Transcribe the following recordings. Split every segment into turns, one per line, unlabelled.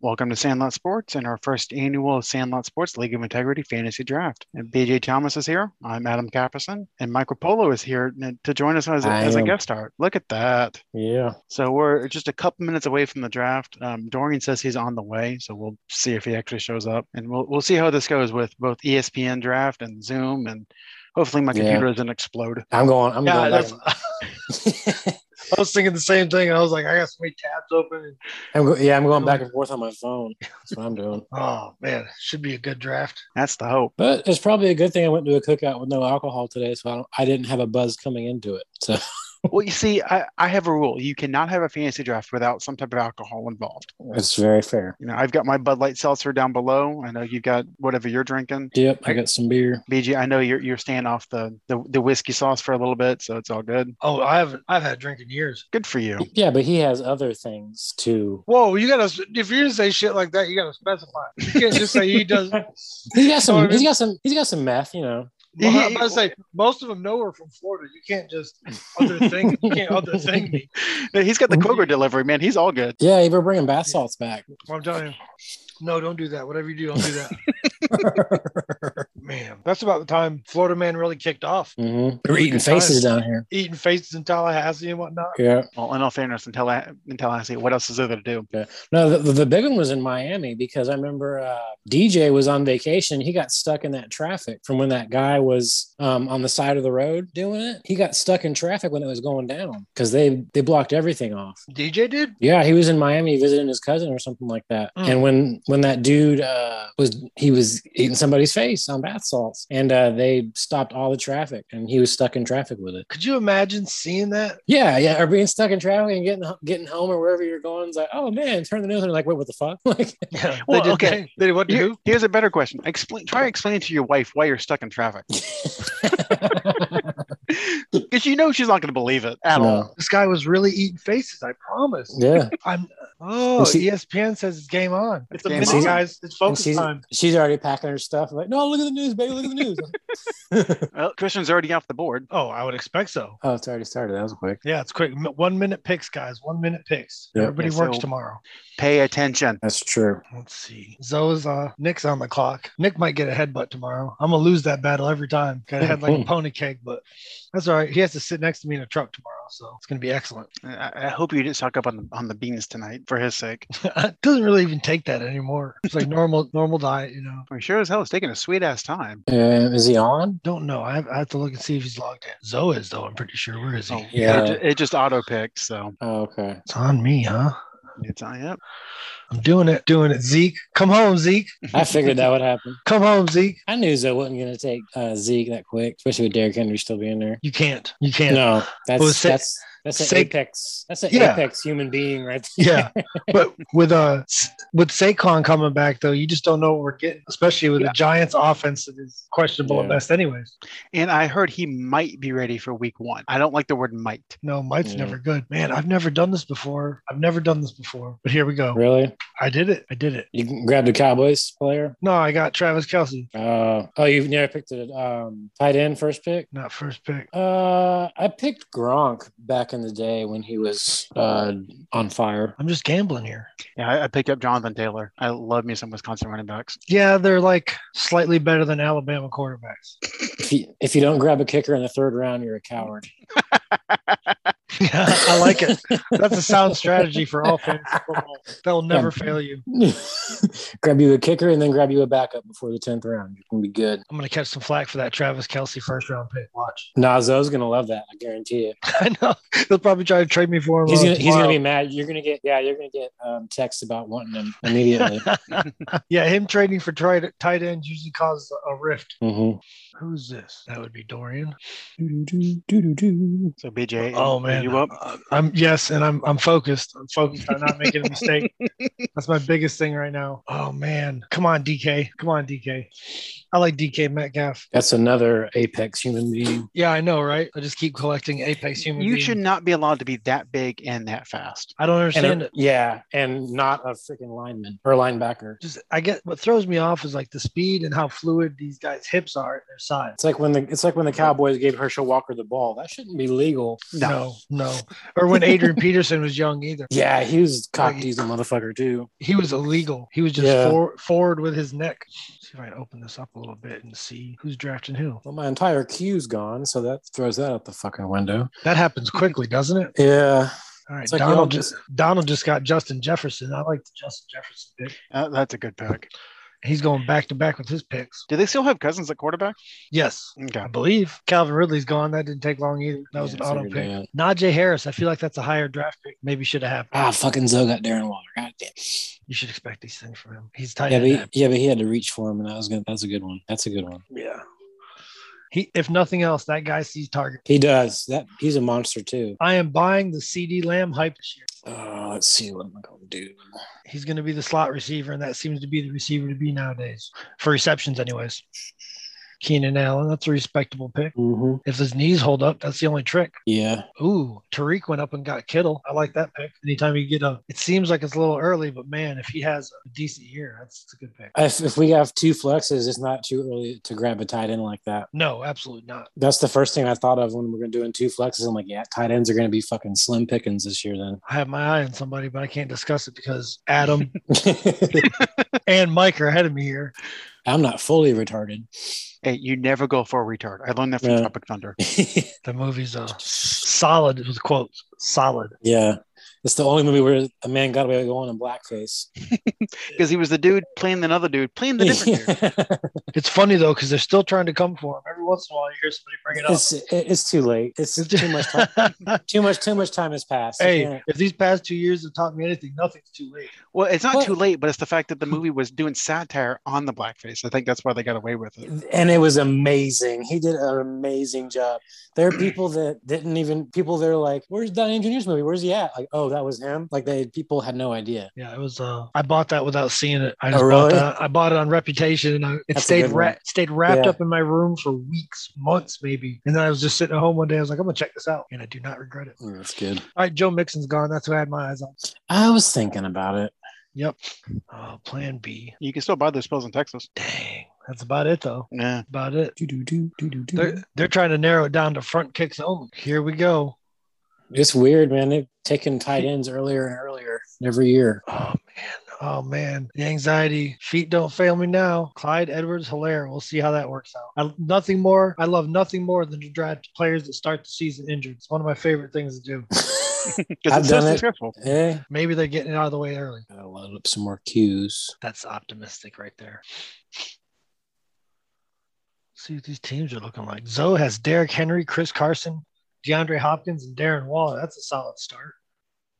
Welcome to Sandlot Sports and our first annual Sandlot Sports League of Integrity Fantasy Draft. And BJ Thomas is here. I'm Adam Capperson, and Michael Polo is here to join us as a,
I
as a
am.
guest star. Look at that.
Yeah.
So we're just a couple minutes away from the draft. Um, Dorian says he's on the way, so we'll see if he actually shows up, and we'll we'll see how this goes with both E ESPN draft and Zoom, and hopefully my
Yeah.
computer doesn't explode.
I'm going. I'm
Yeah,
going. Back.
that's, I was thinking the same thing. I was like, I got so many tabs open. And,
I'm go- yeah, I'm going back and forth on my phone. That's what I'm doing.
oh man, should be a good draft.
That's the hope.
But it's probably a good thing I went to a cookout with no alcohol today, so I, don't, I didn't have a buzz coming into it. So
Well, you see, I, I have a rule: you cannot have a fantasy draft without some type of alcohol involved.
it's very fair.
You know, I've got my Bud Light seltzer down below. I know you've got whatever you're drinking.
Yep, I got some beer.
BG, I know you're you're staying off the, the the whiskey sauce for a little bit, so it's all good.
Oh, I haven't. I've had a drink in years.
Good for you.
Yeah, but he has other things too.
Whoa, you gotta. If you're gonna say shit like that, you gotta specify. You can't just say he does. Well,
He's got some.
Well, I mean-
He's got some. He's got some meth. You know.
I'm about to say most of them know we're from Florida. You can't just other thing. You can't other thing me.
No, He's got the Kroger delivery, man. He's all good.
Yeah, you were bringing bath salts back.
I'm telling you. No, don't do that. Whatever you do, don't do that. Man, that's about the time Florida man really kicked off,
Mhm. We're eating faces down here.
eating faces in Tallahassee and whatnot.
Yeah.
Well, in all fairness, in, Talla- in Tallahassee, what else is there to do?
No, the, the big one was in Miami because I remember uh, DJ was on vacation. He got stuck in that traffic from when that guy was um, on the side of the road doing it. He got stuck in traffic when it was going down because they they blocked everything off.
DJ did.
Yeah, he was in Miami visiting his cousin or something like that.
Mm.
And when when that dude uh, was he was eating somebody's face on bath salts, and uh, they stopped all the traffic, and he was stuck in traffic with it.
Could you imagine seeing that?
Yeah, yeah, or being stuck in traffic and getting getting home or wherever you're going. It's like, oh man, turn the news on. Like, wait, what the fuck? Like,
Yeah.
Well,
they did
okay.
that. They did what to
Here-
who?
here's a better question. Explain. Try explaining to your wife why you're stuck in traffic, because you know she's not going to believe it at
No.
all.
This guy was really eating faces. I promise.
yeah,
I'm. Oh,
And she-
ESPN says it's game on.
It's
It's a
game
minute,
on.
guys.
And
It's focus
she's-
time.
she's already packing her stuff. Like, no, look at the news, baby, look at the news.
Well, Christian's already off the board.
Oh, I would expect so.
oh, it's already started. That was quick.
Yeah, it's quick. M- One minute picks, guys. One minute picks.
Yeah.
Everybody
Yeah,
works
so-
tomorroe.
Pay attention.
That's true.
Let's see. Zoe's uh, Nick's on the clock. Nick might get a headbutt tomorrow. I'm gonna lose that battle every time. Got a head
Hmm.
like a pony cake, but that's all right. He has to sit next to me in a truck tomorrow, so it's gonna be excellent.
I, I hope you didn't suck up on the, on the beans tonight for his sake.
it doesn't really even take that anymore. It's like normal, normal diet, you know.
We sure as hell is taking a sweet ass time.
Uh, is he on?
Don't know. I have, I have to look and see if he's logged in. Zoe is though. I'm pretty sure. Where is he?
Oh,
Yeah.
It, ju- it just auto picked, so
Oh, okay.
It's on me, huh?
it's on. Yep.
I'm doing it, doing it. Zeke, come home, Zeke.
I figured that would happen.
Come home, Zeke.
I knew Zoe wasn't going to take uh, Zeke that quick, especially with Derrick Henry still being there.
You can't. You can't.
No, that's
Well, Sa-
that's that's an
Sa-
apex. That's an
Yeah.
apex human being right there.
Yeah, but with uh with Saquon coming back though, you just don't know what we're getting, especially with
Yeah.
the Giants' offense that is questionable
Yeah.
at best. Anyways,
And I heard he might be ready for week one. I don't like the word might.
no, Mike's
Yeah.
never good. Man, I've never done this before. I've never done this before. But here we go.
Really?
I did it. I did it.
You can grab the Cowboys player?
No, I got Travis Kelsey,
Uh, oh, you've never picked a um, tight end first pick?
not first pick.
Uh, I picked Gronk back in the day when he was uh, on fire.
I'm just gambling here.
Yeah, I, I picked up Jonathan Taylor. I love me some Wisconsin running backs.
Yeah, they're like slightly better than Alabama quarterbacks.
If you, if you don't grab a kicker in the third round, you're a coward.
Yeah, I like it. That's a sound strategy for all fantasy football. That'll never fail you.
grab you a kicker and then grab you a backup before the tenth round. You can be good.
I'm gonna catch some flack for that Travis Kelsey first round pick. Watch.
Nazo's gonna love that. I guarantee it.
I know they'll probably try to trade me for him.
He's
uh,
gonna he's gonna be
tomorrow.
mad. You're gonna get yeah. You're gonna get um, texts about wanting him immediately.
yeah, him trading for tight tight ends usually causes a rift.
Mhm.
Who's this? That would be Dorian.
Doo-doo-doo-doo-doo-doo.
So BJ,
Oh
are
man,
you up?
Uh, I'm yes, and I'm I'm focused. I'm focused on not making a mistake. That's my biggest thing right now. Oh man, come on DK, come on DK. I like DK Metcalf.
That's another apex human being.
Yeah, I know, right? I just keep collecting apex human.
You
beings.
should not be allowed to be that big and that fast.
I don't
And
understand
a-
it.
yeah, and not a freaking lineman or linebacker.
Just I get what throws me off is like the speed and how fluid these guys' hips are at their size.
It's like when the it's like when the Cowboys gave Herschel Walker the ball. That shouldn't be legal.
No.
No, no, No. Or when Adrian Peterson was young either.
Yeah, he was cock
Like-
teasing motherfucker too.
He was illegal. He was just
Yeah.
for, forward with his neck. see if I can open this up a little bit and see who's drafting who.
Well, my entire queue's gone, so that throws that out the fucking window.
That happens quickly, doesn't it?
Yeah,
All right.
It's like y'all
Donald
just-
just Donald just got Justin Jefferson. I like the Justin Jefferson pick.
Uh, that's a good pick.
He's going back to back with his picks.
Do they still have Cousins at quarterback?
Yes.
Okay.
I believe Calvin Ridley's gone. That didn't take long either. That was
Yeah, I
an auto
figured
pick.
that.
Najee Harris. I feel like that's a higher draft pick. Maybe should have happened.
Ah, fucking Zoe got Darren Waller. God damn.
You should expect these things from him. He's tight.
Yeah, but
end.
he, yeah, but he had to reach for him, and that was good. That's a good one. That's a good one.
Yeah. He, if nothing else, that guy sees target.
He does that. He's a monster too.
I am buying the CD Lamb hype this year.
Oh, let's see what am I gonna do.
He's going to be the slot receiver, and that seems to be the receiver to be nowadays for receptions, anyways. Keenan Allen, that's a respectable pick.
Mm-hmm.
If his knees hold up, that's the only trick.
Yeah,
Ooh, Tariq went up and got Kittle. I like that pick. Anytime you get a, it seems like it's a little early, but man, if he has a decent year, that's a good pick.
if, if we have two flexes, it's not too early to grab a tight end like that.
No, absolutely not.
That's the first thing I thought of when we we're doing two flexes. I'm like, yeah, tight ends are gonna be fucking slim pickings this year. Then
I have my eye on somebody, but I can't discuss it because Adam and Mike are ahead of me here.
I'm not fully retarded.
Hey, you never go for a retard. I learned that from
Yeah.
Tropic Thunder.
The movie's uh, solid with quotes. Solid.
yeah, it's the only movie where a man got away with going in blackface.
Because he was the dude playing another dude, playing the different dude.
It's funny though because they're still trying to come for him. Every once in a while, you hear somebody bring it up.
it's it- it's too late. It's too much time. Too much too much time has passed. You
hey,
can't-
if these past two years have taught me anything, nothing's too late.
Well, it's not
Well-
too late, but it's the fact that the movie was doing satire on the blackface. I think that's why they got away with it.
and it was amazing. He did an amazing job. There are people that didn't even people they're like, "Where's Diane Junior's movie? Where's he at?" Like, "Oh, that was him." Like they people had no idea.
Yeah, it was. Uh, I bought that without seeing it. I just
Oh,
bought
really?
that. I bought it on Reputation, and I, it
That's a
stayed
good one.
wrapped. stayed wrapped
Yeah.
up in my room for weeks, months, maybe. And then I was just sitting at home one day. I was like, I'm gonna check this out, and I do not regret it. All
Mm, that's good.
right, Joe Mixon's gone. That's who I had my eyes on.
I was thinking about it.
Oh, Plan B.
You can still buy those pills in Texas.
Dang, that's about it though.
Yeah.
About it.
Doo-doo-doo-doo-doo-doo.
They're they're trying to narrow it down to front kicks only. Here we go.
It's weird, man. They've taken tight ends earlier and earlier every year.
Oh man. Oh man. The anxiety. Feet don't fail me now. Clyde Edwards Hilaire. We'll see how that works out. I, nothing more. I love nothing more than to draft players that start the season injured. It's one of my favorite things to do.
Because
I've
it's
done
so
it.
successful.
hey,
Maybe they're getting it out of the way early.
gotta load up some more cues.
That's optimistic right there. See what these teams are looking like. Zoe has Derrick Henry, Chris Carson, DeAndre Hopkins, and Darren Waller. That's a solid start.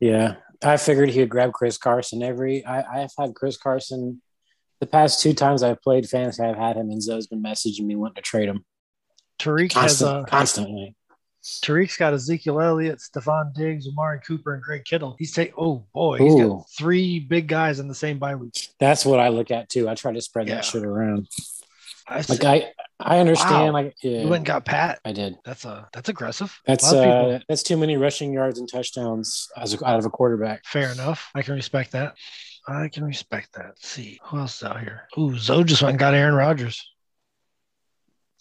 Yeah, I figured he would grab Chris Carson every. I, I've had Chris Carson the past two times I've played fantasy. I've had him, and Zoe's been messaging me wanting to trade him
Tariq has
Constant,
a
constantly.
Tariq's got Ezekiel Elliott, Stephon Diggs, Amari Cooper, and Greg Kittle. He's taking, oh boy, he's
Ooh.
got three big guys in the same bye week.
That's what I look at too. I try to spread
Yeah.
that shit around.
I
Like
said,
I, I understand.
Wow.
Like yeah,
you went and got Pat.
I did.
That's a that's aggressive. A
That's
lot of people-
uh, that's too many rushing yards and touchdowns as a, out of a quarterback.
fair enough. I can respect that. I can respect that. Let's see who else is out here. Ooh, Zoe just went and got Aaron Rodgers.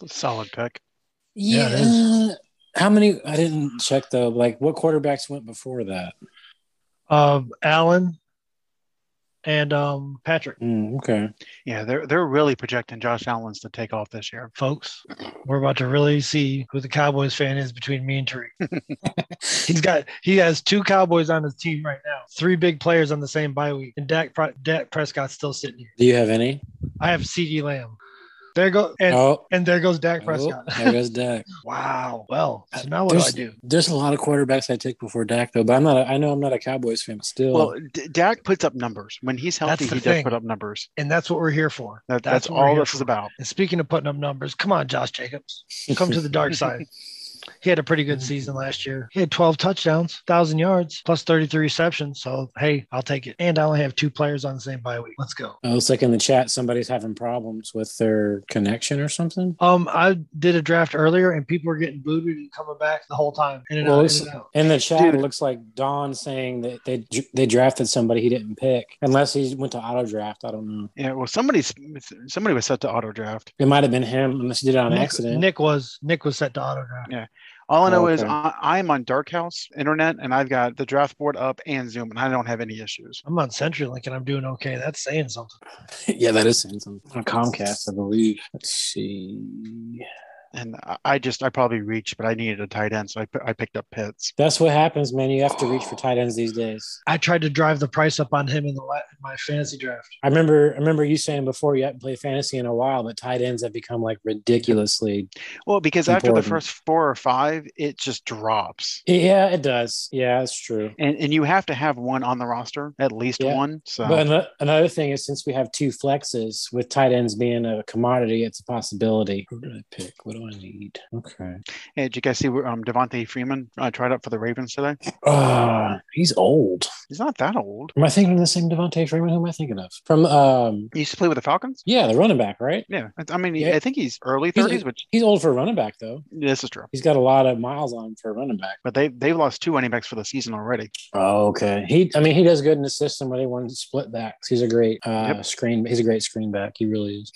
Solid pick.
Yeah, it
How many? I didn't check though. Like, what quarterbacks went before that?
Um, Allen and um Patrick.
Mm, okay.
Yeah, they're they're really projecting Josh Allen's to take off this year.
Folks, we're about to really see who the Cowboys fan is between me and Tariq. He's got he has two Cowboys on his team right now. Three big players on the same bye week, and Dak Pro- Dak Prescott's still sitting here.
Do you have any?
I have C.D. Lamb. There go and
oh,
and there goes Dak
oh,
Prescott.
there goes Dak.
wow. Well, so now what do I do?
There's a lot of quarterbacks I take before Dak though, but I'm not. A, I know I'm not a Cowboys fan but still.
Well, D- Dak puts up numbers when he's healthy.
That's the
He does
thing.
put up numbers.
And that's what we're here for.
That, that's
That's what we're
all
here
this is
for.
about.
And speaking of putting up numbers, come on, Josh Jacobs, come to the dark side. He had a pretty good season last year. He had 12 touchdowns, 1,000 yards, plus 33 receptions. So, hey, I'll take it. And I only have two players on the same bye week. Let's go.
it looks like in the chat somebody's having problems with their connection or something.
Um, I did a draft earlier, and people were getting booted and coming back the whole time. In and
Well,
out,
it's-
in and out.
In the chat,
Dude.
it looks like Don saying that they they drafted somebody he didn't pick, unless he went to auto draft. I don't know.
Yeah. Well, somebody's somebody was set to auto draft.
It might have been him, unless he did it on
Nick,
accident.
Nick was Nick was set to auto draft.
All I know is
Okay.
I, I'm on Dark House internet and I've got the draft board up and Zoom and I don't have any issues.
I'm on CenturyLink and I'm doing okay. That's saying something.
yeah, that is something. On Comcast, I believe. Let's see.
And I- I just, I probably reached, but I needed a tight end. So I, p- I picked up Pitts.
That's what happens, man. You have to reach for tight ends these days.
I tried to drive the price up on him in the la- in my fantasy draft.
I remember, I remember you saying before you haven't played fantasy in a while, but tight ends have become like ridiculously.
Well, because after the
Important.
first four or five, it just drops.
Yeah, it does. Yeah, that's true.
And, and you have to have one on the roster, at least
Yeah.
one. So
But ano- another thing is, since we have two flexes with tight ends being a commodity, it's a possibility. Who did I pick? What do I need? Okay.
hey, did you guys see where, um, Devontae Freeman uh, tried up for the Ravens today?
Uh, he's old.
He's not that old.
Am I thinking of the same Devontae Freeman? Who am I thinking of? From, um,
He used to play with the Falcons.
yeah, the running back, right?
Yeah, I- I mean,
Yeah.
I think he's early
He's a-
30s, which
He's old for a running back, though.
this is true.
He's got a lot of miles on him for a running back.
But they they've lost two running backs for the season already.
Oh, okay. He, I mean, he does good in the system where they want to split backs. He's a great uh,
Yep.
screen. He's a great screen back. He really is.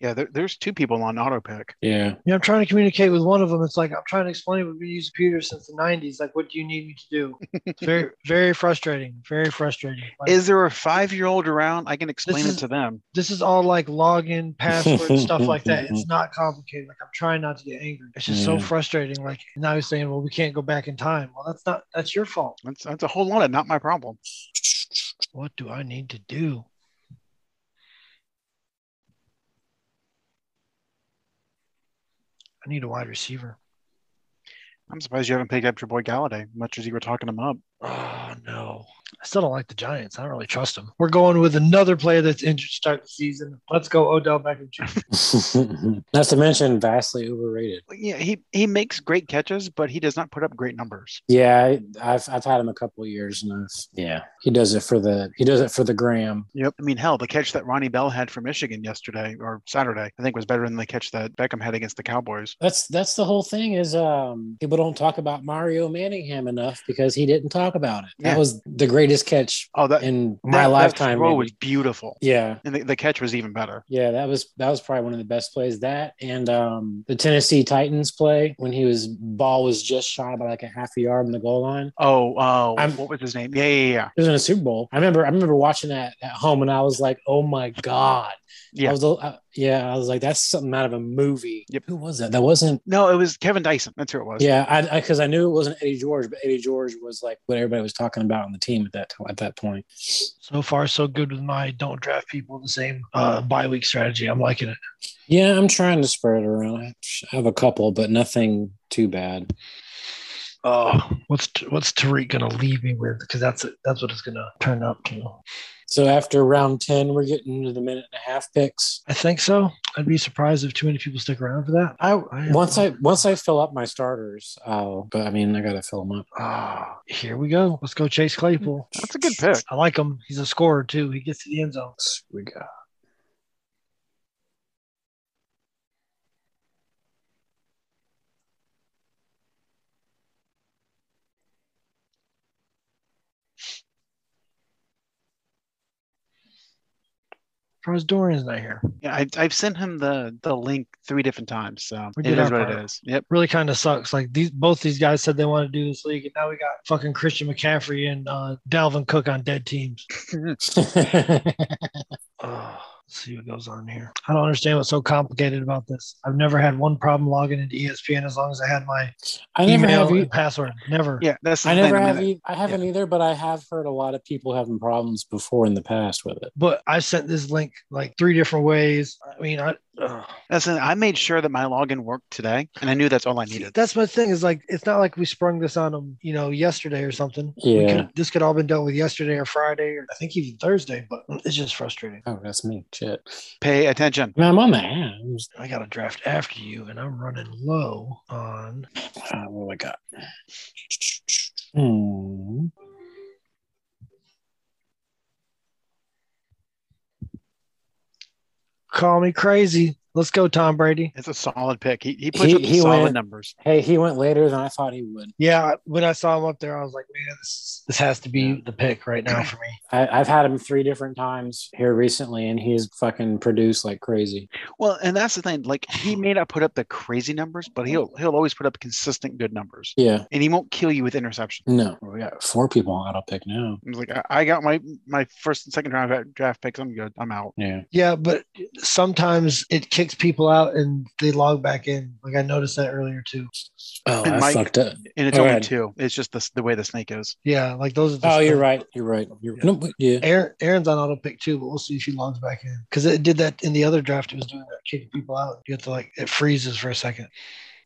Yeah, there, there's two people on auto pick.
Yeah.
You know, I'm trying to communicate with one of them. It's like I'm trying to explain we've been using computers since the 90s. Like, what do you need me to do? It's very, very frustrating. Very frustrating. Like,
Is there a five year old around? I can explain
is-
it to them.
this is all like login, password, stuff like that. It's not complicated. Like I'm trying not to get angry. It's just so
Yeah.
frustrating. Like now he's saying, well, we can't go back in time. Well, that's not that's your fault.
That's that's a whole lot of not my problem.
What do I need to do? I need a wide receiver.
I'm surprised you haven't picked up your boy Galladay, much as you were talking him up.
Oh no. I still don't like the Giants. I don't really trust them. We're going with another player that's injured to start the season. Let's go Odell Beckham Jr.
Not to mention, vastly overrated.
Yeah, he he makes great catches, but he does not put up great numbers.
Yeah, I- I've I've had him a couple of years and I've, yeah, he does it for the he does it for the gram.
Yep. I mean, hell, the catch that Ronnie Bell had for Michigan yesterday or Saturday, I think, was better than the catch that Beckham had against the Cowboys.
That's that's the whole thing is um people don't talk about Mario Manningham enough because he didn't talk about it.
Yeah.
That was the greatest catch
Oh, that
in
that-
my
that
lifetime.
throw
maybe.
was beautiful,
yeah,
and the, the catch was even better.
Yeah, that was that was probably one of the best plays. That and um, the Tennessee Titans play when he was ball was just shy by like a half a yard in the goal line.
Oh, oh,
I'm-
what was his name? Yeah, yeah, yeah.
It was in a Super Bowl. I remember I remember watching that at home and I was like, oh my god.
Yeah.
I was, uh, yeah, I was like, that's something out of a movie.
Yep.
Who was that? That wasn't.
No, it was Kevin Dyson. That's who it was.
Yeah, I because I, knew it wasn't Eddie George, but Eddie George was like what everybody was talking about on the team at that at that point.
So far, so good with my don't draft people the same uh, bye week strategy. I'm liking it.
Yeah, I'm trying to spread it around. I have a couple, but nothing too bad.
Oh, what's what's Tariq gonna leave me with? Because that's that's what it's gonna turn up to.
So after round ten, we're getting into the minute and a half picks.
I think so. I'd be surprised if too many people stick around for that. I, I
Once I once I fill up my starters, I'll. But I mean, I gotta fill them up.
Ah, here we go. Let's go, Chase Claypool.
That's a good pick.
I like him. He's a scorer too. He gets to the end zone.
We got.
Charles Dorian's not here.
Yeah, I, I've sent him the the link three different times. So
We
it
did
is
our
what it
part.
is. Yep.
Really kind of sucks. Like these, both these guys said they want to do this league, and now we got fucking Christian McCaffrey and uh, Dalvin Cook on dead teams.
Mm-hmm.
Oh, let's see what goes on here. I don't understand what's so complicated about this. I've never had one problem logging into E ESPN as long as I had my
I never
email
have.
and
e-
password. Never.
Yeah, that's. The
I
thing.
never
mean,
have. e- I haven't either, but I have heard a lot of people having problems before in the past with it.
But I sent this link like three different ways. I mean, I. ugh.
That's the- I made sure that my login worked today, and I knew that's all I
See,
needed.
That's my thing. Is like it's not like we sprung this on them, you know, yesterday or something. We
Yeah.
could, this could all been dealt with yesterday or Friday or I think even Thursday. But it's just frustrating.
Oh, that's me. Shit.
Pay attention.
I mean, I'm on the hams.
I got a draft after you, and I'm running low on.
Uh, what do I got? Hmm.
Call me crazy. Let's go, Tom Brady.
It's a solid pick. He, he puts
He-
up
he
solid
went-
numbers.
Hey, he went later than I thought he would.
Yeah, when I saw him up there, I was like, man, this is, this has to be the pick right now for me.
I, I've had him three different times here recently, and he's fucking produced like crazy.
Well, and that's the thing. Like he may not put up the crazy numbers, but he'll he'll always put up consistent good numbers,
Yeah.
and he won't kill you with interception.
No, we got four people on auto pick now.
He's like, I, I got my my first and second round draft picks. I'm good. I'm out.
Yeah.
Yeah, but sometimes it kicks people out and they log back in. Like I noticed that earlier too.
Oh,
And
I
Mike-
fucked up.
And it's
Go
only
ahead.
two. It's just the, the way the snake is.
Yeah, like those. Are the
Oh, you're
stuff-
right. You're right. You're, no, but yeah.
Aaron, Aaron's on auto pick too, but we'll see if he logs back in because it did that in the other draft. It was doing that, kicking people out. You have to like it freezes for a second.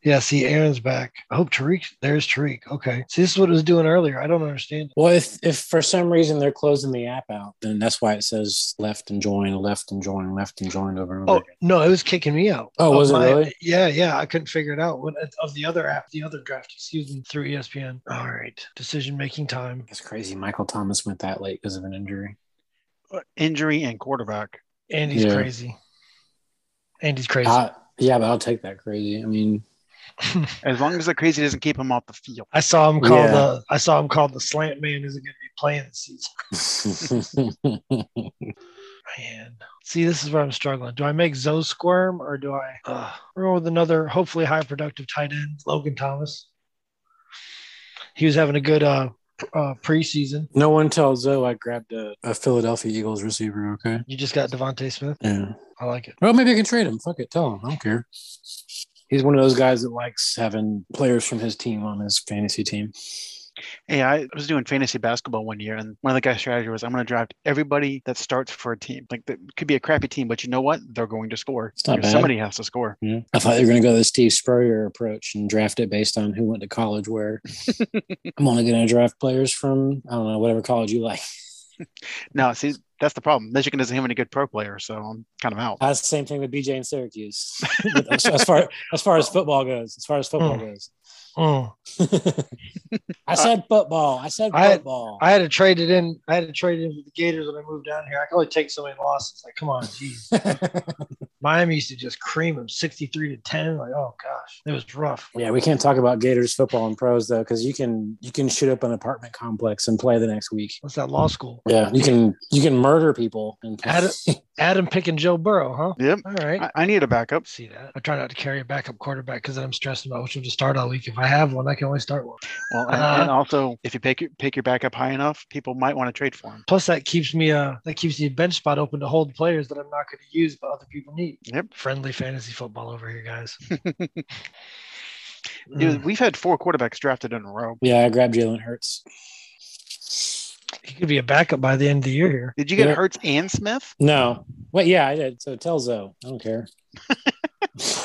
Yeah, see, Aaron's back. I hope Tariq. There's Tariq. Okay, see, this is what it was doing earlier. I don't understand.
Well, if, if for some reason they're closing the app out, then that's why it says left and join, left and join, left and join over and over.
Oh no, it was kicking me out.
Oh,
Of
was it
my-
really?
Yeah, yeah. I couldn't figure it out when, of the other app, the other draft. Excuse me, through E ESPN. All right, decision making time.
That's crazy. Michael Thomas went that late because of an injury.
Uh, Injury and quarterback.
Andy's
Yeah.
crazy. Andy's crazy.
Uh, yeah, but I'll take that crazy. I mean,
As long as the crazy doesn't keep him off the field.
I saw him called
Yeah.
the. I saw him called the slant man. Isn't going to be playing this season. Man, see, this is where I'm struggling. Do I make Zoe squirm or do I uh, roll with another hopefully high productive tight end, Logan Thomas? He was having a good uh, p- uh, preseason.
no one tells Zoe I grabbed a, a Philadelphia Eagles receiver. Okay.
You just got Devonte Smith.
Yeah.
I like it.
Well, maybe I can trade him. Fuck it. Tell him. I don't care. He's one of those guys that likes having players from his team on his fantasy team.
Hey, I was doing fantasy basketball one year, and one of the guys' strategy was, I'm going to draft everybody that starts for a team. Like, that could be a crappy team, but you know what? They're going to score.
It's not
Because
bad.
Somebody has to score.
Yeah. I thought they were going to go the Steve Spurrier approach and draft it based on who went to college where. I'm only going to draft players from, I don't know, whatever college you like.
No, see, that's the problem. Michigan doesn't have any good pro players, so I'm kind of out.
That's the same thing with BJ and Syracuse. as, as far as far as football goes, as far as football goes,
Mm.
I said football. I said
I-
football.
I had to trade it in. I had to trade it in with the Gators when I moved down here. I could only take so many losses. Like, come on, geez. Miami used to just cream them 63 to 10. Like, oh gosh, it was rough.
yeah, we can't talk about Gators football and pros though, because you can you can shoot up an apartment complex and play the next week.
What's that law school?
Yeah, you can you can murder people and play.
Adam, Adam picking Joe Burrow, huh?
Yep.
All right.
I, I need a backup.
See that? I try not to carry a backup quarterback because I'm stressed about which one to start all week. If I have one, I can only start one.
Well, and,
Uh-huh.
and also, if you pick your, pick your backup high enough, people might want to trade for him.
Plus, that keeps me uh that keeps me a bench spot open to hold players that I'm not going to use but other people need.
Yep.
Friendly fantasy football over here, guys.
Dude,
Mm.
we've had four quarterbacks drafted in a row.
yeah, I grabbed Jalen Hurts.
He could be a backup by the end of the year here.
Did you get
Yeah.
Hurts and Smith?
No, wait, yeah, I did. So tell Zoe. I don't care.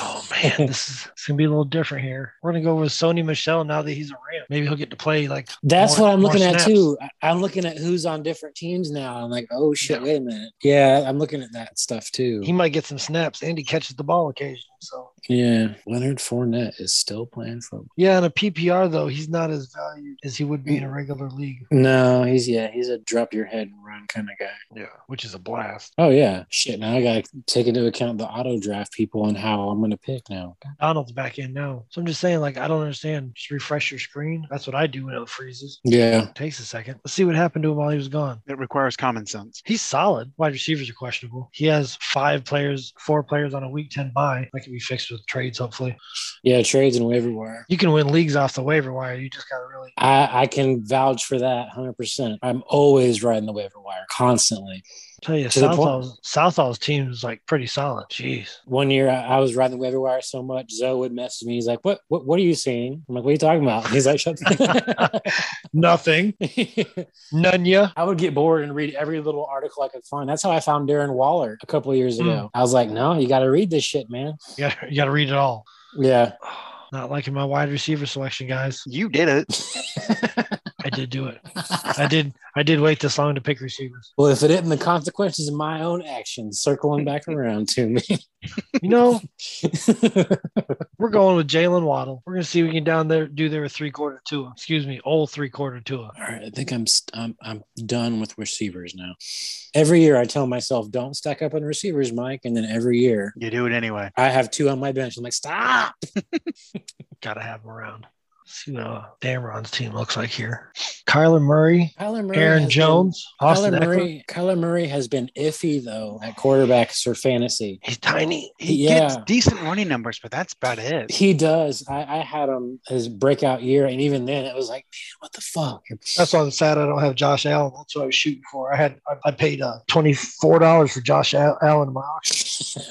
Oh man, this is it's gonna be a little different here. We're gonna go with Sony Michelle now that he's a Ram. Maybe he'll get to play like
That's
more-
what I'm
more
looking at
snaps.
too. I- I'm looking at who's on different teams now. I'm like, oh shit,
Yeah.
wait a minute. Yeah, I'm looking at that stuff too.
He might get some snaps, and he catches the ball occasionally. So
yeah, Leonard Fournette is still playing football.
yeah, in a PPR though, he's not as valued as he would be in a regular league.
No, he's yeah, he's a drop your head and run kind of guy.
Yeah, which is a blast.
Oh yeah, shit. Now I gotta take into account the auto draft people and how I'm gonna pick now.
Donald's back in now. So I'm just saying, like, I don't understand. Just refresh your screen. That's what I do when it freezes.
Yeah,
takes a second. Let's see what happened to him while he was gone.
It requires common sense.
He's solid. Wide receivers are questionable. He has five players, four players on a week 10 bye. That can be fixed with trades, hopefully.
yeah, trades and waiver wire.
You can win leagues off the waiver wire. You just got to really.
I, I can vouch for that 100%. I'm always riding the waiver wire constantly.
tell you,
To the point.
Southall's, Southall's team is like pretty solid. Jeez.
one year I, I was riding the waiver wire so much, Zoe would message me. He's like, "What? What? What are you seeing?" I'm like, "What are you talking about?" He's like, "Shut."
Nothing. None ya.
I would get bored and read every little article I could find. That's how I found Darren Waller a couple of years ago. I was like, "No, you got to read this shit, man."
You got to read it all.
Yeah,
Not liking my wide receiver selection, guys.
You did it.
I I did do it. I did. I did wait this long to pick receivers.
Well, if it isn't the consequences of my own actions circling back around to me.
You know, we're going with Jalen Waddle. We're gonna see if we can down there do their three quarter Tua. Excuse me, old three quarter Tua.
All right, I think I'm, st- I'm I'm done with receivers now. Every year I tell myself don't stack up on receivers, Mike, and then every year
You do it anyway.
I have two on my bench. I'm like, stop.
Gotta have him around. See what Damron's team looks like here. Kyler Murray,
Kyler Murray has
Aaron
been-
Jones, Austin
Kyler
Eckler.
Murray, Kyler Murray has been iffy though at quarterbacks for fantasy.
He's tiny.
He gets
Yeah.
decent running numbers, but that's about it.
He does. I, I had him his breakout year, and even then, it was like, man, what the fuck?
That's why I'm sad I don't have Josh Allen. That's what I was shooting for. I had I, I paid uh, twenty four dollars for Josh Al- Allen in my auction.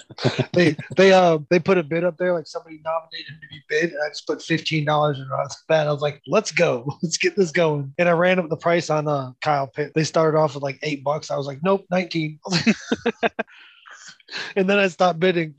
they they uh they put a bid up there like somebody nominated him to be bid. And I just put fifteen dollars in right off the bat. I was like, let's go, let's get this going. And I ran up the price on uh Kyle Pitt. They started off with like eight bucks. I was like, nope, nineteen. And then I stopped bidding.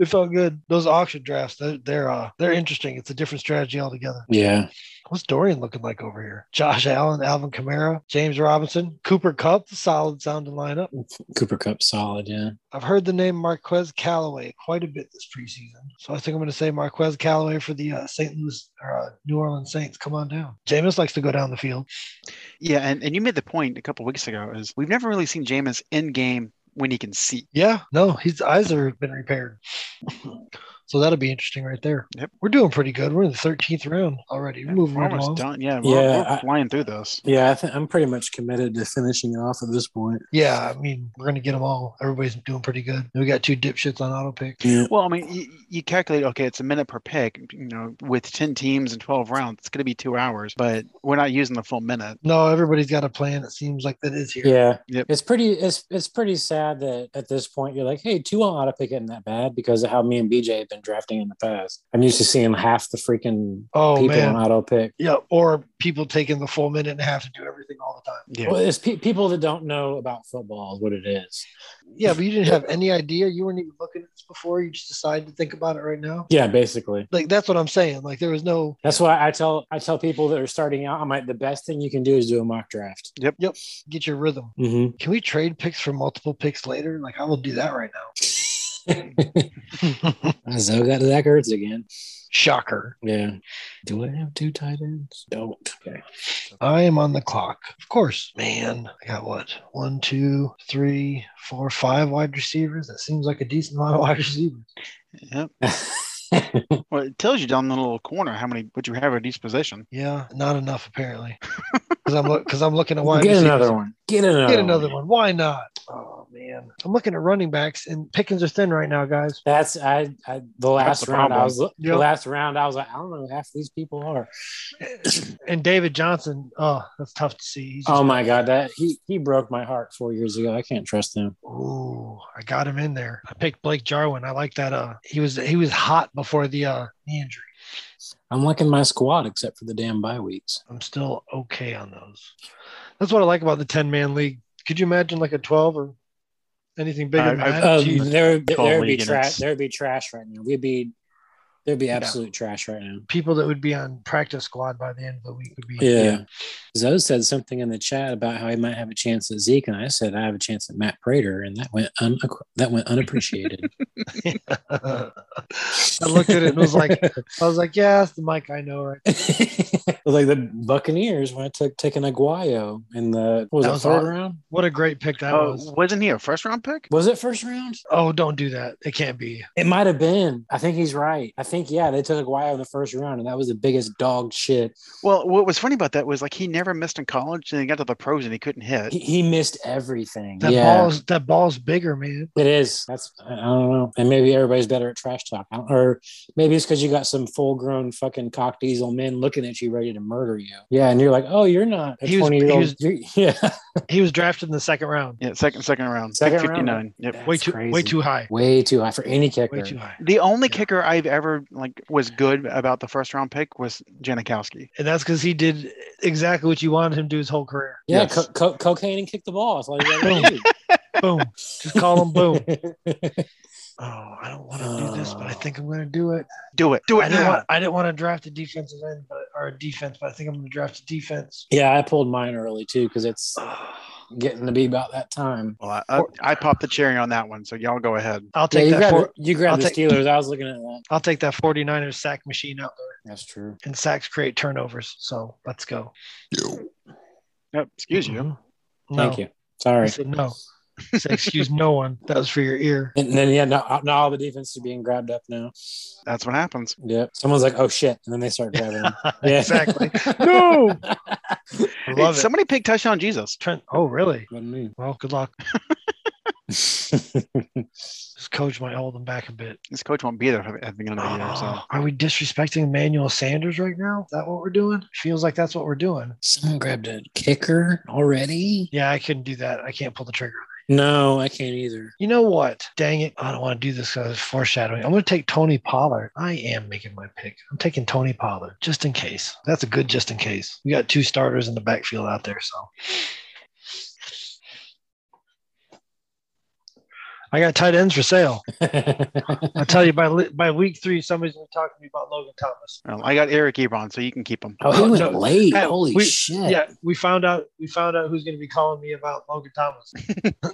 It felt good. Those auction drafts, they're they're, uh, they're interesting. It's a different strategy altogether.
Yeah.
What's Dorian looking like over here? Josh Allen, Alvin Kamara, James Robinson, Cooper Cup, solid sounding lineup.
Cooper Cup solid. Yeah.
I've heard the name Marquez Callaway quite a bit this preseason. So I think I'm going to say Marquez Callaway for the uh, St. Louis or uh, New Orleans Saints. Come on down. Jameis likes to go down the field.
Yeah, and, and you made the point a couple weeks ago is we've never really seen Jameis in game when he can see.
Yeah, no, his eyes have been repaired. so that'll be interesting right there.
Yep.
We're doing pretty good. We're in the 13th round already. We're moving
We're
right
almost
along.
done. Yeah, we're,
Yeah,
we're
I-
flying through this.
Yeah. I think I'm pretty much committed to finishing it off at this point.
Yeah, I mean, we're going to get them all. Everybody's doing pretty good. And we got two dipshits on auto pick.
Yeah.
Well, I mean, you, you calculate okay, it's a minute per pick. You know, with ten teams and twelve rounds, it's going to be two hours. But we're not using the full minute.
No, everybody's got a plan. It seems like that is here.
Yeah.
Yep.
It's pretty it's it's pretty sad that at this point you're like, hey, Tua ought to pick isn't that bad because of how me and BJ have been drafting in the past. I'm used to seeing half the freaking
Oh
people
man,
on auto pick.
yeah. Or people taking the full minute and have to do everything all the time.
Yeah.
Well, it's pe- people that don't know about football is what it is.
Yeah, but you didn't have any idea. You weren't even looking at this before. You just decided to think about it right now.
Yeah, basically.
Like that's what I'm saying. Like there was no.
That's why I tell I tell people that are starting out. I'm like, the best thing you can do is do a mock draft.
Get your rhythm.
Mm-hmm.
Can we trade picks for multiple picks later? Like I will do that right now.
so got Zach Ertz again.
Shocker.
Yeah. Do I have two tight ends? Don't. Okay.
I am on the clock. Of course, man. I got what one, two, three, four, five wide receivers. That seems like a decent amount of wide receivers.
Yep. Well, it tells you down in the little corner how many would you have at each position.
Yeah, not enough apparently. Because I'm because I'm looking at wide
Get
receivers.
another one. Get another.
Get another one. Why not? Oh man, I'm looking at running backs, and pickings are thin right now, guys.
That's I, I the last
the
round. I
problem.
was the
Yep.
last round. I was like, I don't know who half these people are.
And David Johnson, oh, that's tough to see. He's just,
Oh my god, that he he broke my heart four years ago. I can't trust him.
ooh, I got him in there. I picked Blake Jarwin. I like that. Uh, he was he was hot before the uh, knee injury.
I'm liking my squad except for the damn bye weeks.
I'm still okay on those. That's what I like about the 10 man league. Could you imagine like a 12 or anything bigger?
I-
than
I-
that?
Um,
Jeez.
there there
Call
would be
league and
trash.
it's-
There would be trash right now. We'd be there'd be
Yeah.
absolute trash right now.
People that would be on practice squad by the end of the week would be
Yeah. Zoe said something in the chat about how he might have a chance at Zeke, and I said I have a chance at Matt Prater, and that went un- that went unappreciated.
I looked at it and was like, I was like, yeah, that's the mic I know, right?
like the Buccaneers when I took taking Aguayo in the what was
That
that
was
third
all-
round?
What a great pick that
Oh,
was.
wasn't he a first round pick?
Was it first round?
Oh, don't do that. It can't be.
It might have been. I think he's right. I think yeah, they took Aguayo in the first round, and that was the biggest dog shit.
Well, what was funny about that was like he never missed in college, and he got to the pros and he couldn't hit.
He, he missed everything.
That
yeah.
ball's that ball's bigger, man.
It is. That's I I don't know. And maybe everybody's better at trash talk, I don't- or maybe it's because you got some full-grown fucking cock diesel men looking at you, ready to murder you. Yeah, and you're like, oh, you're not a
He was- he
twenty-year-old.
was-
Yeah,
He was drafted in the second round.
Yeah, second second round,
Second
second
round?
fifty nine. Yep.
That's
way too way
crazy.
too high.
way too high for any kicker.
Way too high.
The only
Yeah.
kicker I've ever like was good about the first round pick was Janikowski.
And that's because he did exactly what you wanted him to do his whole career.
Yeah,
Yes.
co- co- cocaine and kick the ball. That's all you gotta do.
Boom. Just call him boom. Oh,
Uh.
I don't want to do this, but I think I'm going to do it.
Do it, do
I
it
didn't
now.
want I didn't want to draft a defensive end, but or a defense, but I think I'm going to draft a defense.
Yeah, I pulled mine early too because it's getting to be about that time.
Well, I, I, I popped the cherry on that one, so y'all go ahead.
I'll
Yeah,
take
you
that.
grabbed,
Four,
you grabbed
I'll
the Steelers. I was looking at that.
I'll take that 49ers sack machine out there.
That's true.
And sacks create turnovers, so let's go.
Yep, excuse you.
No.
Thank you. Sorry.
I said no. I said, excuse no one. That was for your ear.
And then yeah, now, now all the defenses are being grabbed up now.
That's what happens.
Yep. Someone's like, "Oh shit," and then they start grabbing. Them. Yeah.
exactly.
No,
I love it.
somebody picked touchdown Jesus.
Trent. Oh, really?
What do you
Well, good luck.
mean?
This coach might hold them back a bit.
This coach won't be there at the
Oh,
beginning of the year. So
Are we disrespecting Emmanuel Sanders right now? Is that what we're doing? Feels like that's what we're doing.
Someone grabbed a kicker already.
Yeah, I couldn't do that. I can't pull the trigger.
No, I can't either.
You know what? Dang it. I don't want to do this because it's foreshadowing. I'm going to take Tony Pollard. I am making my pick. I'm taking Tony Pollard just in case. That's a good just in case. We got two starters in the backfield out there. So I got tight ends for sale. I tell you, by, li- by week three, somebody's going to talk to me about Logan Thomas.
well, I got Eric Ebron, so you can keep him.
oh, he went
No.
late.
Hey,
Holy
we-
shit!
Yeah, we found out. We found out who's going to be calling me about Logan Thomas,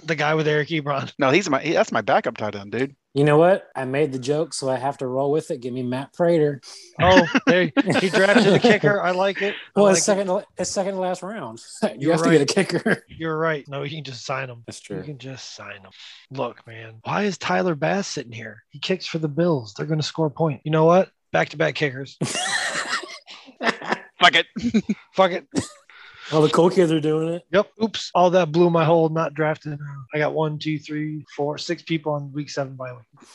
the guy with Eric Ebron.
No, he's my he, that's my backup tight end, dude.
You know what? I made the joke, so I have to roll with it. Give me Matt Prater.
Oh, there he drafted the kicker. I like it. I
Well,
like
it's second. To, it's second to last round. you
You're
have to
right.
get a kicker.
it. You're right. No, you can just sign him.
That's
You can just sign him. Look, man, why is Tyler Bass sitting here? He kicks for the Bills. They're going to score a point. You know what? Back to back kickers.
Fuck it.
Fuck it.
All the cool kids are doing it.
Yep. Oops. All that blew my hole. Not drafted. I got one, two, three, four, six people on week seven by week.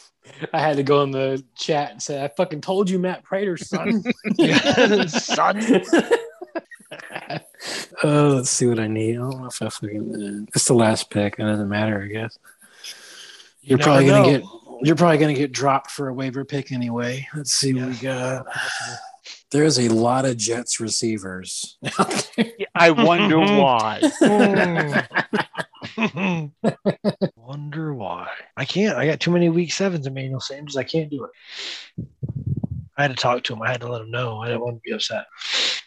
I had to go in the chat and say, "I fucking told you, Matt Prater, son."
Son.
Uh, let's see what I need. I don't know if I fucking. uh, It's the last pick. It doesn't matter, I guess. You're
never
probably gonna
know.
get. You're probably gonna get dropped for a waiver pick anyway. Let's see what we got. There's a lot of Jets receivers. out there.
I wonder why.
Hmm.
Mm. Wonder why. I can't. I got too many week sevens, Emmanuel Sanders. I can't do it. I had to talk to him. I had to let him know. I didn't want to be upset.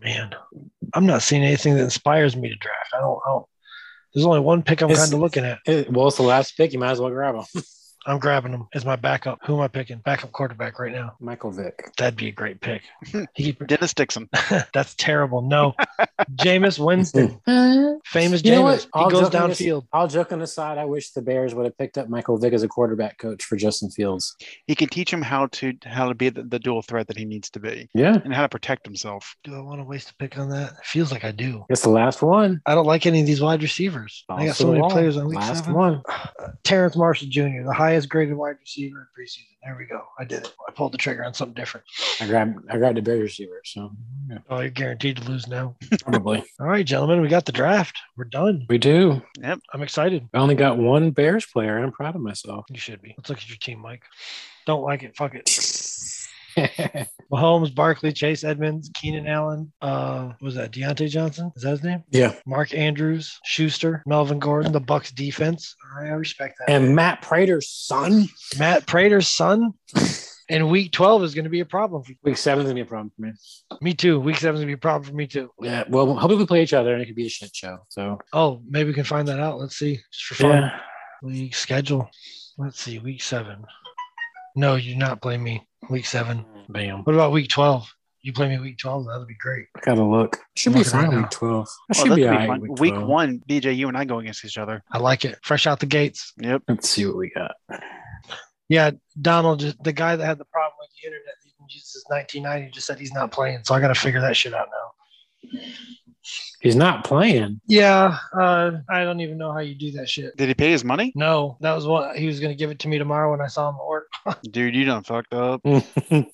Man, I'm not seeing anything that inspires me to draft. I don't. I don't there's only one pick I'm
It's-
kind of looking at.
It- well, it's the last pick. You might as well grab him.
I'm grabbing him as my backup. Who am I picking? Backup quarterback right now.
Michael Vick.
That'd be a great pick. He,
Dennis Dixon.
that's terrible. No, Jameis Winston,
Hmm.
famous
Mm-hmm. You know
Jameis.
what? I'll
He goes
jump in this-
downfield.
All joking aside, I wish the Bears would have picked up Michael Vick as a quarterback coach for Justin Fields.
He can teach him how to how to be the, the dual threat that he needs to be
Yeah,
and how to protect himself.
Do I want to waste a pick on that? It feels like I do.
it's the last one.
I don't like any of these wide receivers. I got
Also
so many
wrong.
players on week
last
seven.
one.
Terrence Marshall Jr., the highest graded wide receiver in preseason. There we go. I did it. I pulled the trigger on something different.
I grabbed I grabbed a Bears receiver, so yeah,
Oh, you're guaranteed to lose now.
probably
All right, gentlemen, we got the draft. We're done.
we do.
I'm excited.
I only got one Bears player, and I'm proud of myself.
You should be. Let's look at your team, Mike. Don't like it. Fuck it. Mahomes, Barkley, Chase Edmonds, Keenan Allen. Uh, what was that Deontay Johnson? Is that his name?
yeah,
Mark Andrews, Schuster, Melvin Gordon, the Bucks defense. I respect that.
and Matt Prater's son.
Matt Prater's son in week 12 is going to be a problem for you.
Week seven's gonna be a problem for me.
Me too. Week seven's going to be a problem for me too.
Yeah, well, hopefully we play each other, and it could be a shit show. So
Oh, maybe we can find that out. Let's see. Just for fun.
yeah,
League schedule. Let's see. Week seven. No, you do not play me. Week seven.
bam.
What about week 12? You play me week 12. That'll be great.
I gotta look. Should
I'm
be
looking right
fine.
now.
Week twelve. I
Oh,
should
this
be,
could
all
be
right.
fun.
Week,
Week
12.
one, BJ, you and I go against each other.
I like it. Fresh out the gates.
Yep.
Let's see what we got.
Yeah, Donald, just- the guy that had the problem with the internet since 1990 just said he's not playing. So I got to figure that shit out now.
He's not playing.
Yeah, uh, I don't even know how you do that shit.
Did he pay his money?
No, that was what he was going to give it to me tomorrow when I saw him at work.
Dude, you done fucked up.
Wait,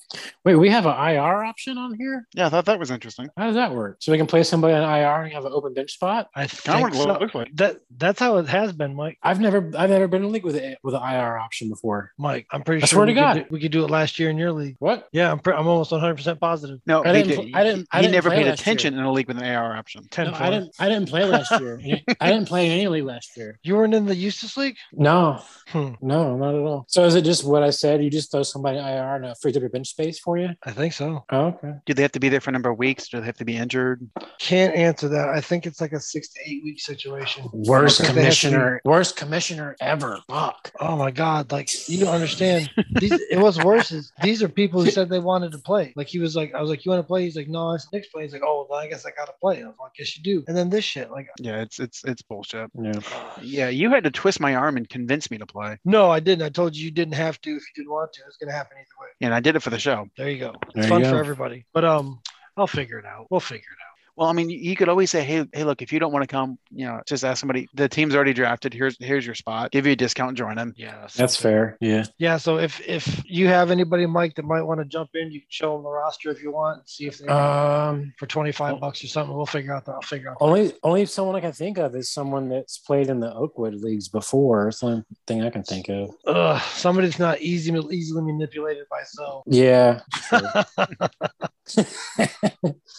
we have an IR option on here.
Yeah, I thought that was interesting.
How does that work? So we can play somebody on IR and have an open bench spot.
I
I
think
wonder what it
so.
looks like.
That that's how it has been, Mike.
I've never I've never been in a league with a, with an IR option before.
Mike, I'm pretty
I
sure
swear to
we could,
God.
do, we could do it last year in your league.
What?
Yeah, I'm pre- I'm almost 100 percent positive.
No,
I
he
didn't pl-
did.
I didn't- I
he
didn't
never
play
paid
last year.
attention in a league with an AR option.
ten.
No,
for
I didn't. I didn't play last year. I didn't play in any league last year.
You weren't in the Eustace League.
No,
Hmm.
no, not at all. So is it just what I said? You just throw somebody IR and it frees up your bench space for you?
I think so.
Oh, okay.
Do they have to be there for a number of weeks? Do they have to be injured?
Can't answer that. I think it's like a six to eight week situation.
Worst
Okay.
commissioner. Worst commissioner ever. Fuck.
Oh my god! Like you don't understand. These it was worse. Is these are people who said they wanted to play. Like he was like, I was like, you want to play? He's like, no, it's next play. He's like, oh, well, I guess I gotta play. I was like, yes, you do. And then this shit, like,
Yeah, it's it's it's bullshit.
Yeah.
Yeah, you had to twist my arm and convince me to play,
no, I didn't. I told you you didn't have to if you didn't want to. It's gonna happen either way.
and I did it for the show.
There you go.
There
It's
you
fun
go.
for everybody. But um, I'll figure it out. We'll figure it out.
Well, I mean, you could always say, "Hey, hey, look, if you don't want to come, you know, just ask somebody. The team's already drafted. Here's here's your spot. Give you a discount, and join them."
Yeah,
That's fair. Yeah.
Yeah, so if if you have anybody, Mike, that might want to jump in, you can show them the roster if you want and see if they
Um.
for twenty five bucks or something. We'll figure out that. I'll figure out.
Only, only someone I can think of is someone that's played in the Oakwood leagues before. It's the only thing I can think of.
Ugh, somebody that's not easy easily manipulated by so.
Yeah.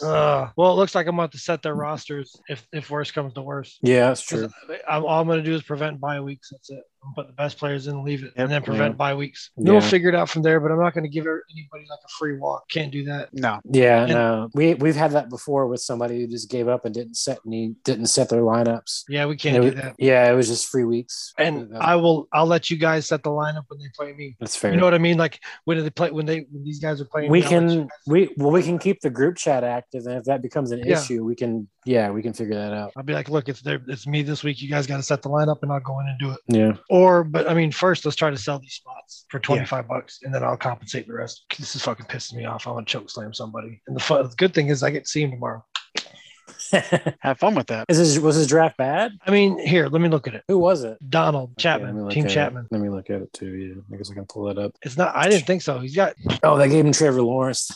Ugh. well, it looks like I'm about to set their rosters if if worse comes to worse.
Yeah, that's
'Cause
true.
I'm, all I'm going to do is prevent bye weeks. That's it. I'm put the best players in, leave it, and then prevent
Yeah.
bye weeks. Then We'll
Yeah.
figure it out from there. But I'm not going to give er, anybody like a free walk. Can't do that.
No,
Yeah,
And-
no, we we've had that before with somebody who just gave up and didn't set any didn't set their lineups.
Yeah, we
It
can't do
was-
that.
Yeah, it was just free weeks.
And
That-
I will. I'll let you guys set the lineup when they play me.
that's fair.
You know what I mean? Like when do they play? When they when these guys are playing?
we
me, I'll let you
can
guys-
we well we can keep the group chat active, and if that becomes an
Yeah.
issue, we can yeah we can figure that out.
I'll be like, look, it's there. It's me this week. You guys got to set the lineup, and I'll go in and do it.
Yeah,
Or, but I mean, first let's try to sell these spots for twenty five bucks, and then I'll compensate the rest. This is fucking pissing me off. I want to choke slam somebody. And the, fun, the good thing is, I get to see him tomorrow.
have fun with that.
is this was his draft bad?
I mean, here, let me look at it.
Who was it?
Donald
Okay,
Chapman,
let me look
Team
at it.
Chapman.
Let me look at it too. Yeah, I guess I can pull it up.
It's not. I didn't think so. He's got
Oh, they gave him Trevor Lawrence.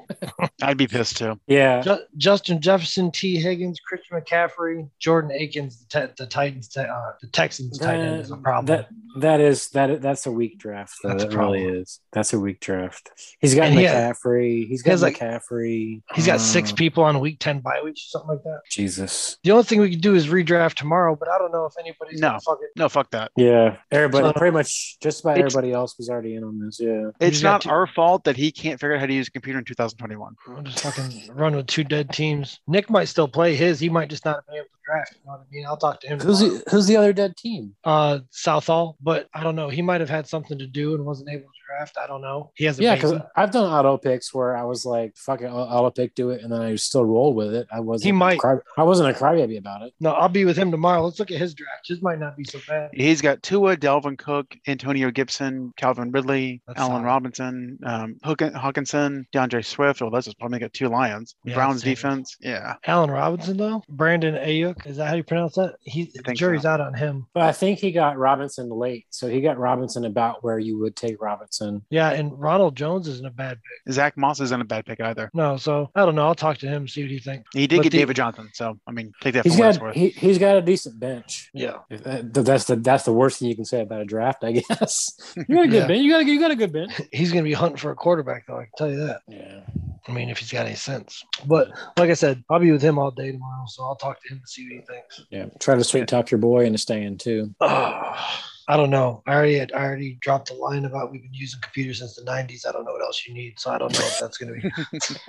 I'd be pissed too.
yeah,
Ju- Justin Jefferson, T. Higgins, Christian McCaffrey, Jordan Akins, the, te- the Titans, te- uh, the Texans tight end is a problem.
That that is that that's a weak draft. Though.
That's a
That really
problem.
is. That's a weak draft. He's got
And he had-
McCaffrey. he's
he
got
has, like-
McCaffrey.
He's got six
Hmm.
Oh,
people on week 10 bye week, something like that.
Jesus.
The only thing we could do is redraft tomorrow, but I don't know if anybody's
No.
gonna fuck it.
No, fuck that.
Yeah, everybody.
So-
pretty much, just about
It's-
everybody else was already in on this. Yeah.
It's
just got
not
to-
our fault that he can't figure out how to use a computer in 2021.
We'll just fucking run with two dead teams. Nick might still play his. He might just not have been able to draft. You know what I mean? I'll talk to him.
Who's
tomorrow.
the, who's the other dead team?
Uh, Southall, but I don't know. He might have had something to do and wasn't able to draft. I don't know. He has a
Yeah,
yeah,
because I've done auto picks where I was like, "Fuck it, I'll auto pick, do it," and then I still roll with it. I wasn't.
He might-
Cry, I wasn't a crybaby about it.
No, I'll be with him tomorrow. Let's look at his draft. His might not be so bad.
He's got Tua, Delvin Cook, Antonio Gibson, Calvin Ridley,
That's
Allen
solid.
Robinson, um, Hawkin- Hawkinson, DeAndre Swift. Well, that's just probably got two Lions.
Yeah,
Browns
same.
defense. Yeah.
Allen Robinson though, Brandon Ayuk. Is that how you pronounce that? He
I
the
think
jury's
so.
out on him.
But I think he got Robinson late, so he got Robinson about where you would take Robinson.
Yeah, and Ronald Jones isn't a bad pick.
Zach Moss isn't a bad pick either.
No, so I don't know. I'll talk to him, see what he thinks.
He did
But
get
the-
David Johnson. So, I mean, take that for
He's
what it's
got
worth.
he, he's got a decent bench.
Yeah.
If that- th- that's the that's the worst thing you can say about a draft, I guess. You got a good
Yeah.
bench. You got a, you got a good bench.
He's gonna be hunting for a quarterback though, I can tell you that.
Yeah.
I mean, if he's got any sense. But like I said, I'll be with him all day tomorrow, so I'll talk to him and see what he thinks.
Yeah. Try to sweet talk your boy into staying too.
Oh, I don't know. I already had, I already dropped a line about we've been using computers since the '90s. I don't know what else you need, so I don't know if that's gonna be.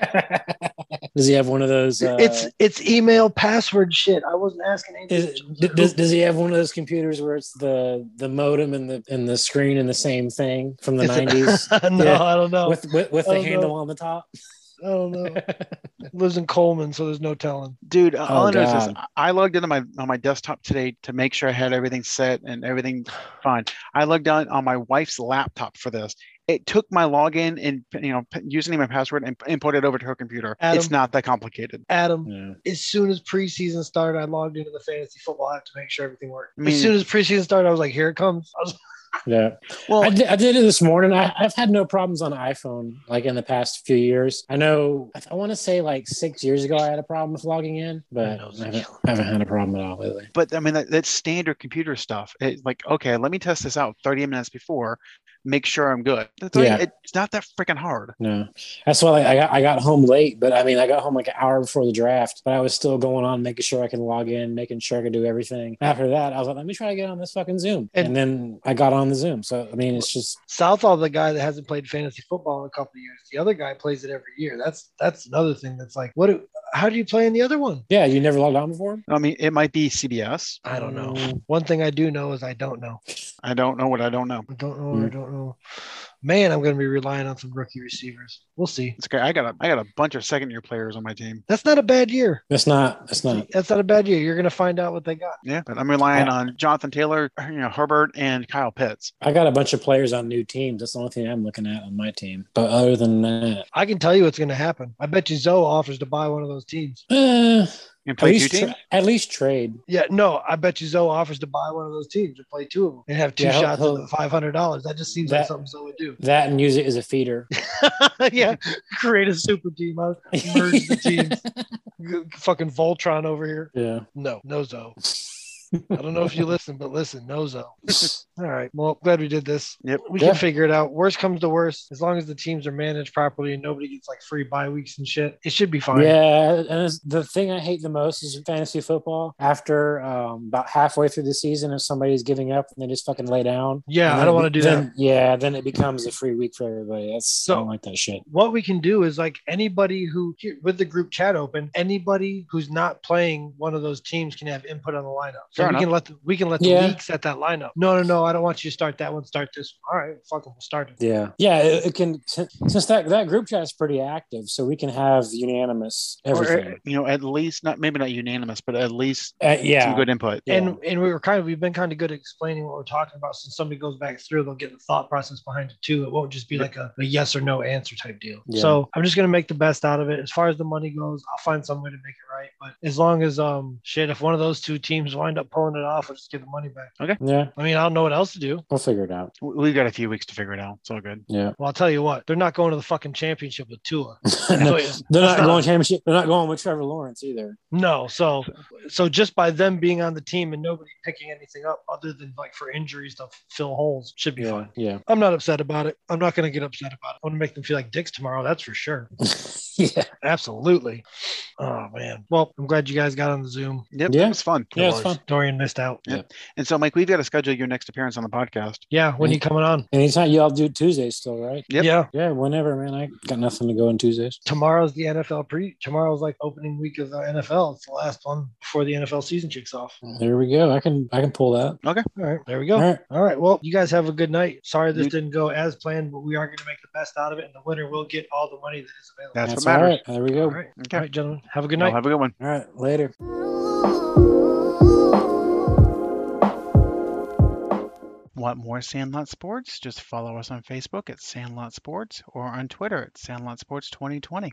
Does he have one of those? Uh,
it's it's email password shit. I wasn't asking anything.
is, d- does, does he have one of those computers where it's the the modem and the and the screen and the same thing from the
It's a-
nineties
no,
Yeah.
I don't know.
with with, with
I
the
don't
handle
know.
on the top?
I don't
Oh.
know. Lives in Coleman, so there's no telling.
Dude, uh, all
Oh,
I know is this.
God.
I I logged into my on my desktop today to make sure I had everything set and everything fine. I logged on on my wife's laptop for this. It took my login and you know p- username and password and imported it over to her computer. It's
Adam.
not that complicated.
Adam,
Yeah.
as soon as preseason started, I logged into the fantasy football app to make sure everything worked.
I mean-
as soon as preseason started, I was like, here it comes. I was-
Yeah.
Well,
I did, I did it this morning. I, I've had no problems on iPhone like in the past few years. I know I, want to say like six years ago I had a problem with logging in, but I
Windows
haven't, I haven't had a problem at all lately.
but I mean that, that's standard computer stuff. It's like okay, let me test this out 30 minutes before. make sure I'm good. That's all you-
Yeah.
it's not that freaking hard.
No, that's why like, I got I got home late, but I mean I got home like an hour before the draft, but I was still going on making sure I can log in, making sure I can do everything. After that, I was like, let me try to get on this fucking Zoom, and,
And-
then I got on the Zoom. So I mean, it's just
Southall, the guy that hasn't played fantasy football in a couple of years, the other guy plays it every year. That's that's another thing. That's like, what? Do, how do you play in the other one?
yeah, you never logged on before.
I mean, it might be CBS.
I don't know.
Mm.
One thing I do know is I don't know.
I don't know what I don't know.
I don't know. I don't know. Man, I'm going to be relying on some rookie receivers. We'll see.
It's okay. I got a I got a bunch of second year players on my team.
That's not a bad year.
That's not that's not
That's not a bad year. You're going to find out what they got.
Yeah, but I'm relying on Jonathan Taylor, you know, Herbert, and Kyle Pitts.
I got a bunch of players on new teams. That's the only thing I'm looking at on my team. But other than that,
I can tell you what's going to happen. I bet you Zoe offers to buy one of those teams.
eh,
And
at
play two
least
teams.
tra- at least trade.
Yeah, no, I bet you Zoe offers to buy one of those teams and play two of them and have two
Yeah, he'll-
shots at
he'll-
the five hundred dollars. That just seems like
That-
something Zoe would do.
That and use it as a feeder.
yeah, create a super team. I'll merge the teams. G- Fucking Voltron over here.
yeah.
No, no Zoe. I don't know if you listen, but listen, no Zoe. All right. Well, glad we did this.
Yep.
We
Yeah.
can figure it out. Worst comes to worst, as long as the teams are managed properly and nobody gets like free bye weeks and shit, it should be fine.
Yeah, and it's, the thing I hate the most is fantasy football. After um, about halfway through the season, if somebody's giving up and they just fucking lay down,
Yeah,
And
I
then
don't
it
wanna
be-
do that.
then- Yeah, then it becomes a free week for everybody. That's I don't
So-
like that shit.
what we can do is like anybody who with the group chat open, anybody who's not playing one of those teams can have input on the lineup. So
Fair
we
enough.
can let the, we can let the
Yeah.
league set that lineup. No, no, no, I don't want you to start that one. Start this. One. All right, fucking, we'll start it.
Yeah, yeah. It, it can since since that that group chat is pretty active, so we can have unanimous everything.
eh,
Or, you know, at least not maybe not unanimous, but at least
Uh, yeah,
some good input.
yeah.
And and we were kind of we've been kind of good at explaining what we're talking about. Since somebody goes back through, they'll get the thought process behind it too. It won't just be like a, a yes or no answer type deal.
Yeah.
So I'm just gonna make the best out of it. As far as the money goes, I'll find some way to make it right. But as long as um shit, if one of those two teams wind up pulling it off, I'll just give the money back.
yeah,
I mean, I don't know what else to do.
we'll figure it out.
We- We've got a few weeks to figure it out. It's all good.
Yeah,
Well, I'll tell you what, they're not going to the fucking championship with Tua.
they're
Anyways,
not
not-
going championship. They're not going with Trevor Lawrence either.
no, so so just by them being on the team and nobody picking anything up other than like for injuries to fill holes should be
Yeah,
fine.
yeah,
I'm not upset about it. I'm not going to get upset about it. I'm going to make them feel like dicks tomorrow. That's for sure.
yeah.
Absolutely. Oh man. Well, I'm glad you guys got on the Zoom.
Yep.
Yeah.
It was fun.
Yeah, it's
was.
fun.
Dorian missed out.
And so, Mike, we've got to schedule your next appearance on the podcast.
Yeah.
Mm.
When you coming on?
Anytime y'all do Tuesdays still, right?
Yep.
Yeah.
Yeah, whenever, man. I got nothing to go on Tuesdays.
Tomorrow's the NFL pre. Tomorrow's like opening week of the NFL. It's the last one before the NFL season kicks off.
There we go. I can I can pull that.
All right. There we
All
go.
right.
All right. Well, you guys have a good night. Sorry this
You-
didn't go as planned, but we are going to make the best out of it, and the winner will get all the money that is available.
That's,
That's
what
all
matters.
right. There we go.
all
All right.
right.
Okay.
All right, gentlemen. Have a good
Y'all
night.
Have a good one.
Later.
Want more Sandlot Sports? Just follow us on Facebook at Sandlot Sports or on Twitter at Sandlot Sports 2020.